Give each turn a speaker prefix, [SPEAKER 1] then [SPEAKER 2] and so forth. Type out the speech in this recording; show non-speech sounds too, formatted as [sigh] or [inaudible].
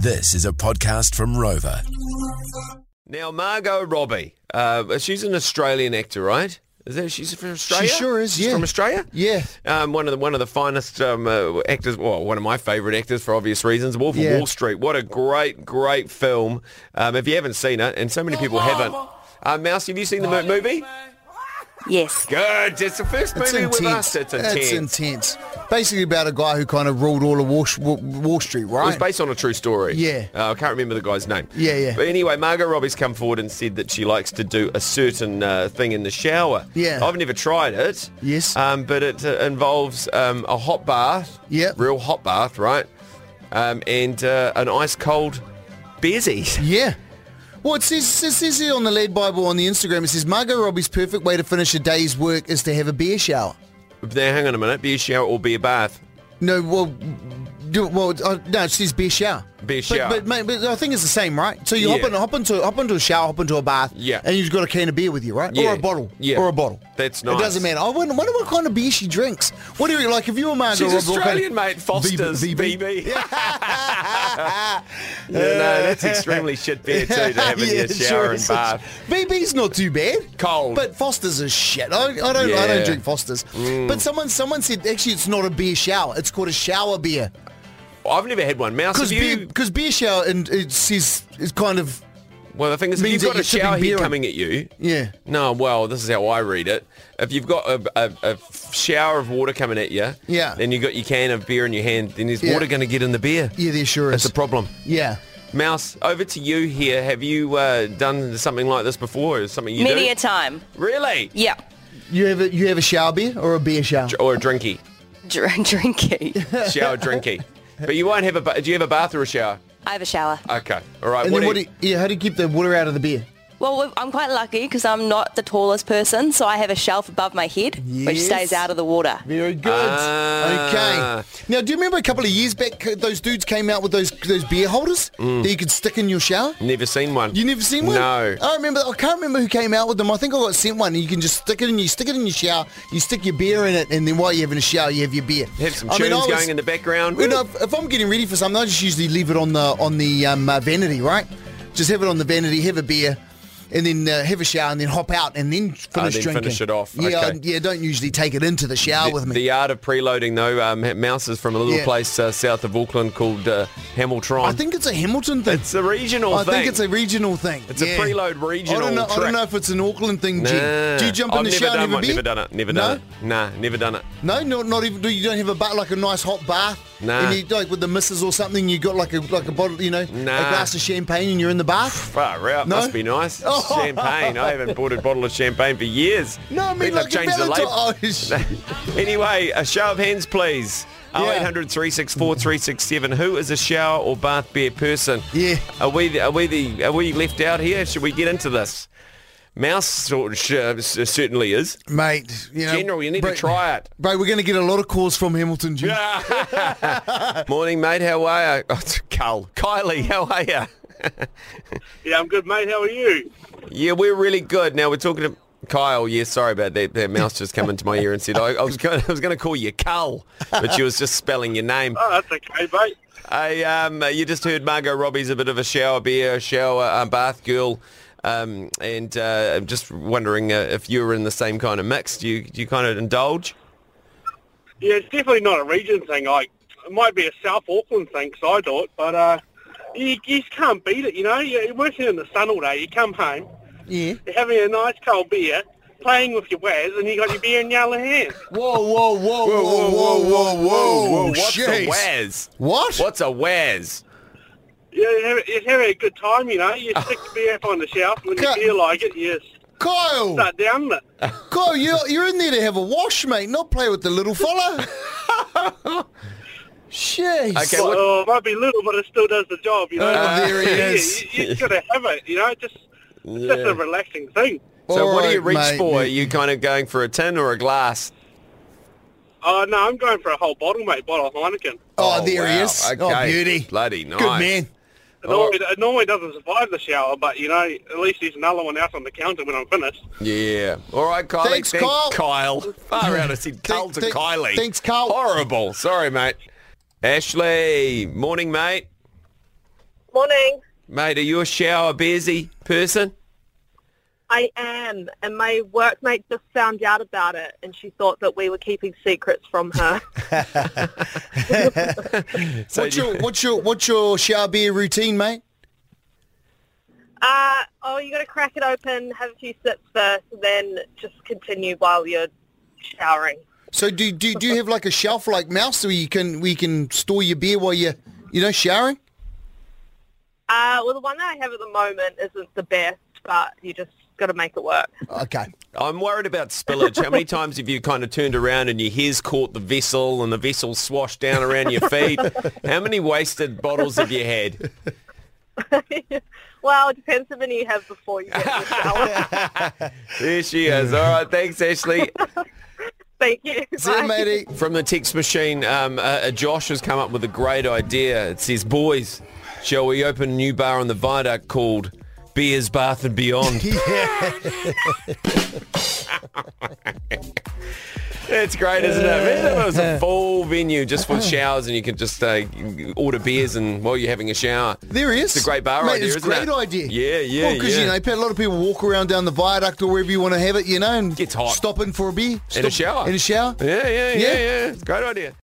[SPEAKER 1] This is a podcast from Rover.
[SPEAKER 2] Now, Margot Robbie, uh, she's an Australian actor, right? Is that she's from Australia?
[SPEAKER 3] sure is,
[SPEAKER 2] She's
[SPEAKER 3] yeah.
[SPEAKER 2] from Australia.
[SPEAKER 3] Yeah.
[SPEAKER 2] um, one of the one of the finest um, uh, actors. Well, one of my favourite actors for obvious reasons. Wolf of
[SPEAKER 3] Yeah.
[SPEAKER 2] Wall Street. What a great, great film. Um, if you haven't seen it, and so many people haven't. Uh, Mouse, have you seen the mo- movie?
[SPEAKER 4] Yes.
[SPEAKER 2] Good. It's the first
[SPEAKER 3] It's
[SPEAKER 2] movie with
[SPEAKER 3] intense.
[SPEAKER 2] us. It's intense.
[SPEAKER 3] intense. Basically about a guy who kind of ruled all of Wall, Wall, Wall Street,
[SPEAKER 2] It was
[SPEAKER 3] right?
[SPEAKER 2] based on a true story.
[SPEAKER 3] Yeah.
[SPEAKER 2] Uh, I can't remember the guy's name.
[SPEAKER 3] Yeah, yeah.
[SPEAKER 2] But anyway, Margot Robbie's come forward and said that she likes to do a certain uh, thing in the shower.
[SPEAKER 3] Yeah.
[SPEAKER 2] I've never tried it.
[SPEAKER 3] Yes.
[SPEAKER 2] Um, but it uh, involves um, a hot bath.
[SPEAKER 3] Yep.
[SPEAKER 2] Real hot bath, right? Um, and uh, an ice cold bezzy.
[SPEAKER 3] yeah. Well, it says, it says here on the Lead Bible on the Instagram, it says, Margot Robbie's perfect way to finish a day's work is to have a beer shower.
[SPEAKER 2] now, hang on a minute. Be a shower or be a bath.
[SPEAKER 3] No, well, do, well, uh, no, it says beer shower.
[SPEAKER 2] Beer
[SPEAKER 3] But-
[SPEAKER 2] shower.
[SPEAKER 3] But, mate, but I think it's the same, right? So you hop,
[SPEAKER 2] Yeah.
[SPEAKER 3] in, hop, into, hop into a shower, hop into a bath,
[SPEAKER 2] Yeah.
[SPEAKER 3] and you've got a can of beer with you, right?
[SPEAKER 2] Yeah.
[SPEAKER 3] Or a bottle.
[SPEAKER 2] Yeah.
[SPEAKER 3] Or a bottle.
[SPEAKER 2] That's
[SPEAKER 3] It
[SPEAKER 2] nice.
[SPEAKER 3] doesn't matter. I wonder, wonder what kind of beer she drinks. What do you, like, if you were Margot
[SPEAKER 2] She's
[SPEAKER 3] Robbie, what kind
[SPEAKER 2] Australian,
[SPEAKER 3] of-
[SPEAKER 2] mate. Foster's
[SPEAKER 3] VB.
[SPEAKER 2] BB. no, no, that's extremely shit beer too to
[SPEAKER 3] [laughs]
[SPEAKER 2] have in your
[SPEAKER 3] sure
[SPEAKER 2] shower and
[SPEAKER 3] is.
[SPEAKER 2] bath.
[SPEAKER 3] BB's not too bad.
[SPEAKER 2] Cold.
[SPEAKER 3] But Foster's is shit. I, I don't I
[SPEAKER 2] Yeah. Mm.
[SPEAKER 3] don't drink Foster's. But someone someone said actually it's not a beer shower. It's called a shower beer.
[SPEAKER 2] I've never had one. Mouse, have
[SPEAKER 3] Because
[SPEAKER 2] you?
[SPEAKER 3] beer, 'cause beer shower and it says it's kind of
[SPEAKER 2] Well, the thing is, if you've
[SPEAKER 3] means that
[SPEAKER 2] got a
[SPEAKER 3] you should be
[SPEAKER 2] shower head
[SPEAKER 3] beering.
[SPEAKER 2] coming at you,
[SPEAKER 3] yeah.
[SPEAKER 2] no, well, this is how I read it. If you've got a, a, a shower of water coming at you,
[SPEAKER 3] Yeah.
[SPEAKER 2] then you got your can of beer in your hand, then there's
[SPEAKER 3] Yeah.
[SPEAKER 2] water going to get in the beer.
[SPEAKER 3] Yeah, there sure
[SPEAKER 2] That's
[SPEAKER 3] is.
[SPEAKER 2] the problem.
[SPEAKER 3] yeah.
[SPEAKER 2] Mouse, over to you here. Have you uh, done something like this before? Or something you
[SPEAKER 4] Many
[SPEAKER 2] do?
[SPEAKER 4] a time.
[SPEAKER 2] Really?
[SPEAKER 4] Yeah.
[SPEAKER 3] You have a you have a shower beer or a beer shower?
[SPEAKER 2] Or a drinky?
[SPEAKER 4] Dr- [laughs] drinky.
[SPEAKER 2] Shower
[SPEAKER 3] [laughs]
[SPEAKER 2] drinky. But you won't have a. Ba- do you have a bath or a shower?
[SPEAKER 4] I have a shower.
[SPEAKER 2] Okay. All right.
[SPEAKER 3] And
[SPEAKER 2] what
[SPEAKER 3] then what
[SPEAKER 2] do you-
[SPEAKER 3] do you, yeah, how do you keep the water out of the beer?
[SPEAKER 4] Well, I'm quite lucky because I'm not the tallest person, so I have a shelf above my head, which
[SPEAKER 3] Yes.
[SPEAKER 4] stays out of the water.
[SPEAKER 3] Very good.
[SPEAKER 2] Ah.
[SPEAKER 3] okay. Now, do you remember a couple of years back uh, those dudes came out with those those beer holders that you could stick in your shower?
[SPEAKER 2] Never seen one.
[SPEAKER 3] You never seen one?
[SPEAKER 2] Mm.
[SPEAKER 3] Oh.
[SPEAKER 2] No.
[SPEAKER 3] I remember. I can't remember who came out with them. I think I got sent one. And you can just stick it in. You stick it in your shower. You stick your beer in it, and then while you're having a shower, you have your beer.
[SPEAKER 2] Have some
[SPEAKER 3] I mean,
[SPEAKER 2] tunes
[SPEAKER 3] I was-
[SPEAKER 2] going in the background.
[SPEAKER 3] When I, if I'm getting ready for something, I just usually leave it on the on the um, uh, vanity, right? Just have it on the vanity. Have a beer. And then uh, have a shower and then hop out and then finish
[SPEAKER 2] Ah, then
[SPEAKER 3] drinking.
[SPEAKER 2] finish it off.
[SPEAKER 3] Yeah,
[SPEAKER 2] Okay.
[SPEAKER 3] I- yeah. Don't usually take it into the shower
[SPEAKER 2] the,
[SPEAKER 3] with me.
[SPEAKER 2] the art of preloading, though, um, Mouse is from a little
[SPEAKER 3] Yeah.
[SPEAKER 2] place uh, south of Auckland called uh, Hamiltron.
[SPEAKER 3] I think it's a Hamilton thing.
[SPEAKER 2] it's a regional
[SPEAKER 3] I
[SPEAKER 2] thing.
[SPEAKER 3] think it's a regional thing.
[SPEAKER 2] It's a preload regional
[SPEAKER 3] I don't know. I
[SPEAKER 2] trick.
[SPEAKER 3] don't know if it's an Auckland thing. G.
[SPEAKER 2] Nah.
[SPEAKER 3] Do you jump
[SPEAKER 2] I've
[SPEAKER 3] in the
[SPEAKER 2] never done
[SPEAKER 3] shower? and have a
[SPEAKER 2] one.
[SPEAKER 3] beer?
[SPEAKER 2] Never done it. Never
[SPEAKER 3] no?
[SPEAKER 2] done it. Nah, never done it.
[SPEAKER 3] No, not not even. Do you don't have a bat like a nice hot bath?
[SPEAKER 2] Nah.
[SPEAKER 3] And you, like with the missus or something, you got like a like a bottle, you know, a
[SPEAKER 2] Nah.
[SPEAKER 3] glass of champagne, and you're in the bath.
[SPEAKER 2] Far out.
[SPEAKER 3] No?
[SPEAKER 2] Must be
[SPEAKER 3] [laughs]
[SPEAKER 2] nice.
[SPEAKER 3] Oh.
[SPEAKER 2] Champagne. I haven't bought a bottle of champagne for years.
[SPEAKER 3] No, I mean
[SPEAKER 2] Think they've
[SPEAKER 3] like a
[SPEAKER 2] changed the
[SPEAKER 3] Valentine.
[SPEAKER 2] label.
[SPEAKER 3] Oh, shit.
[SPEAKER 2] [laughs] anyway, a show of hands, please. Oh,
[SPEAKER 3] Yeah.
[SPEAKER 2] 0800 364 367. Who is a shower or bath beer person?
[SPEAKER 3] Yeah.
[SPEAKER 2] Are we the, are we the are we left out here? Should we get into this? Mouse sort of sh- uh, certainly is.
[SPEAKER 3] mate. You know,
[SPEAKER 2] General, you need
[SPEAKER 3] bro,
[SPEAKER 2] to try it.
[SPEAKER 3] Bro, we're going to get a lot of calls from Hamilton. G.
[SPEAKER 5] [laughs]
[SPEAKER 2] Morning, mate. How are you? Oh, it's Carl. Kylie, how are you?
[SPEAKER 5] [laughs] Yeah, I'm good, mate. How are you?
[SPEAKER 2] yeah, we're really good. Now we're talking to Kyle. Yeah, sorry about that. That mouse just came into my ear and said I, I was going I was going to call you Carl, but she was just spelling your name.
[SPEAKER 5] Oh, that's okay, mate.
[SPEAKER 2] I um, you just heard Margot Robbie's a bit of a shower beer, shower um, bath girl, um, and uh, I'm just wondering uh, if you were in the same kind of mix. Do you do you kind of indulge?
[SPEAKER 5] Yeah, it's definitely not a region thing. Like, it might be a South Auckland thing, 'cause I do it, but uh, you, you just can't beat it, you know? You- You're working in the sun all day. You come home,
[SPEAKER 3] Yeah.
[SPEAKER 5] you're having a nice cold beer, playing with your Waz, and you got your beer in your other hand.
[SPEAKER 3] Whoa, whoa, whoa, whoa, whoa, whoa, whoa, whoa,
[SPEAKER 2] What's
[SPEAKER 3] jeez.
[SPEAKER 2] a waz?
[SPEAKER 3] What?
[SPEAKER 2] What's a waz?
[SPEAKER 5] Yeah, you're having, you're having a good time, you know? You
[SPEAKER 3] Ah.
[SPEAKER 5] stick the beer up on the shelf, and when you
[SPEAKER 3] Cut.
[SPEAKER 5] feel like it, you
[SPEAKER 3] Kyle,
[SPEAKER 5] start down it.
[SPEAKER 3] Kyle, you're, you're in there to have a wash, mate, not play with the little fella.
[SPEAKER 2] [laughs]
[SPEAKER 3] Jeez.
[SPEAKER 2] Okay, what-
[SPEAKER 5] Oh, it might be little, but it still does the job, you know?
[SPEAKER 3] Oh, there he
[SPEAKER 5] yeah,
[SPEAKER 3] is.
[SPEAKER 5] You, you just got to have it, you know? Just, it's just
[SPEAKER 2] Yeah.
[SPEAKER 5] a relaxing thing.
[SPEAKER 2] So
[SPEAKER 3] All
[SPEAKER 2] what do you
[SPEAKER 3] right,
[SPEAKER 2] reach
[SPEAKER 3] mate.
[SPEAKER 2] for? Are you kind of going for a tin or a glass?
[SPEAKER 5] Oh, no, I'm going for a whole bottle, mate, bottle of Heineken.
[SPEAKER 3] Oh, there he
[SPEAKER 2] wow.
[SPEAKER 3] is. Oh,
[SPEAKER 2] Okay.
[SPEAKER 3] beauty.
[SPEAKER 2] Bloody nice.
[SPEAKER 3] Good man.
[SPEAKER 5] It,
[SPEAKER 2] Oh.
[SPEAKER 5] normally, it normally doesn't survive the shower, but, you know, at least there's another one out on the counter when I'm finished.
[SPEAKER 2] Yeah. All right, Kylie.
[SPEAKER 3] Thanks, Kyle.
[SPEAKER 2] Kyle. Far out. I
[SPEAKER 3] [laughs]
[SPEAKER 2] said Carl to
[SPEAKER 3] thank-
[SPEAKER 2] Kylie.
[SPEAKER 3] thanks, Kyle.
[SPEAKER 2] Horrible. Sorry, mate. Ashley. Morning, mate.
[SPEAKER 6] Morning.
[SPEAKER 2] Mate, are you a shower busy person?
[SPEAKER 6] I am, and my workmate just found out about it, and she thought that we were keeping secrets from her.
[SPEAKER 2] So
[SPEAKER 3] what's
[SPEAKER 2] do you-
[SPEAKER 3] your what's your what's your shower beer routine, mate?
[SPEAKER 6] uh, oh, you got to crack it open, have a few sips first, and then just continue while you're showering.
[SPEAKER 3] So do do, do you have like a shelf like mouse where you can where you can store your beer while you you know showering?
[SPEAKER 6] Uh, well, the one that I have at the moment isn't the best, but you just got to make it work. [laughs]
[SPEAKER 3] Okay.
[SPEAKER 2] I'm worried about spillage. How many times have you kind of turned around and your hair's caught the vessel and the vessel swashed down around your
[SPEAKER 3] [laughs]
[SPEAKER 2] feet? How many wasted bottles have you had?
[SPEAKER 6] Well, it depends how many you have before you get to the shower.
[SPEAKER 2] There she is. All right, thanks, Ashley.
[SPEAKER 6] Thank you.
[SPEAKER 3] See ya,
[SPEAKER 6] Bye.
[SPEAKER 3] matey.
[SPEAKER 2] From the text machine, um, uh, uh, Josh has come up with a great idea. It says, boys, shall we open a new bar on the viaduct called Beers, Bath and Beyond?
[SPEAKER 3] [laughs]
[SPEAKER 2] [laughs] It's great, isn't it? Imagine if it was a full venue just for showers and you could just uh, order beers and while you're having a shower.
[SPEAKER 3] There is.
[SPEAKER 2] It's a great bar
[SPEAKER 3] Mate,
[SPEAKER 2] idea,
[SPEAKER 3] It's a
[SPEAKER 2] isn't
[SPEAKER 3] great
[SPEAKER 2] it?
[SPEAKER 3] idea.
[SPEAKER 2] Yeah, yeah,
[SPEAKER 3] Well, because
[SPEAKER 2] yeah.
[SPEAKER 3] you know, a lot of people walk around down the viaduct or wherever you want to have it, you know, and
[SPEAKER 2] Gets hot.
[SPEAKER 3] stop in for a beer,
[SPEAKER 2] In a
[SPEAKER 3] stop-
[SPEAKER 2] shower.
[SPEAKER 3] in a shower.
[SPEAKER 2] Yeah, yeah, yeah,
[SPEAKER 3] Yeah.
[SPEAKER 2] yeah. It's a great idea.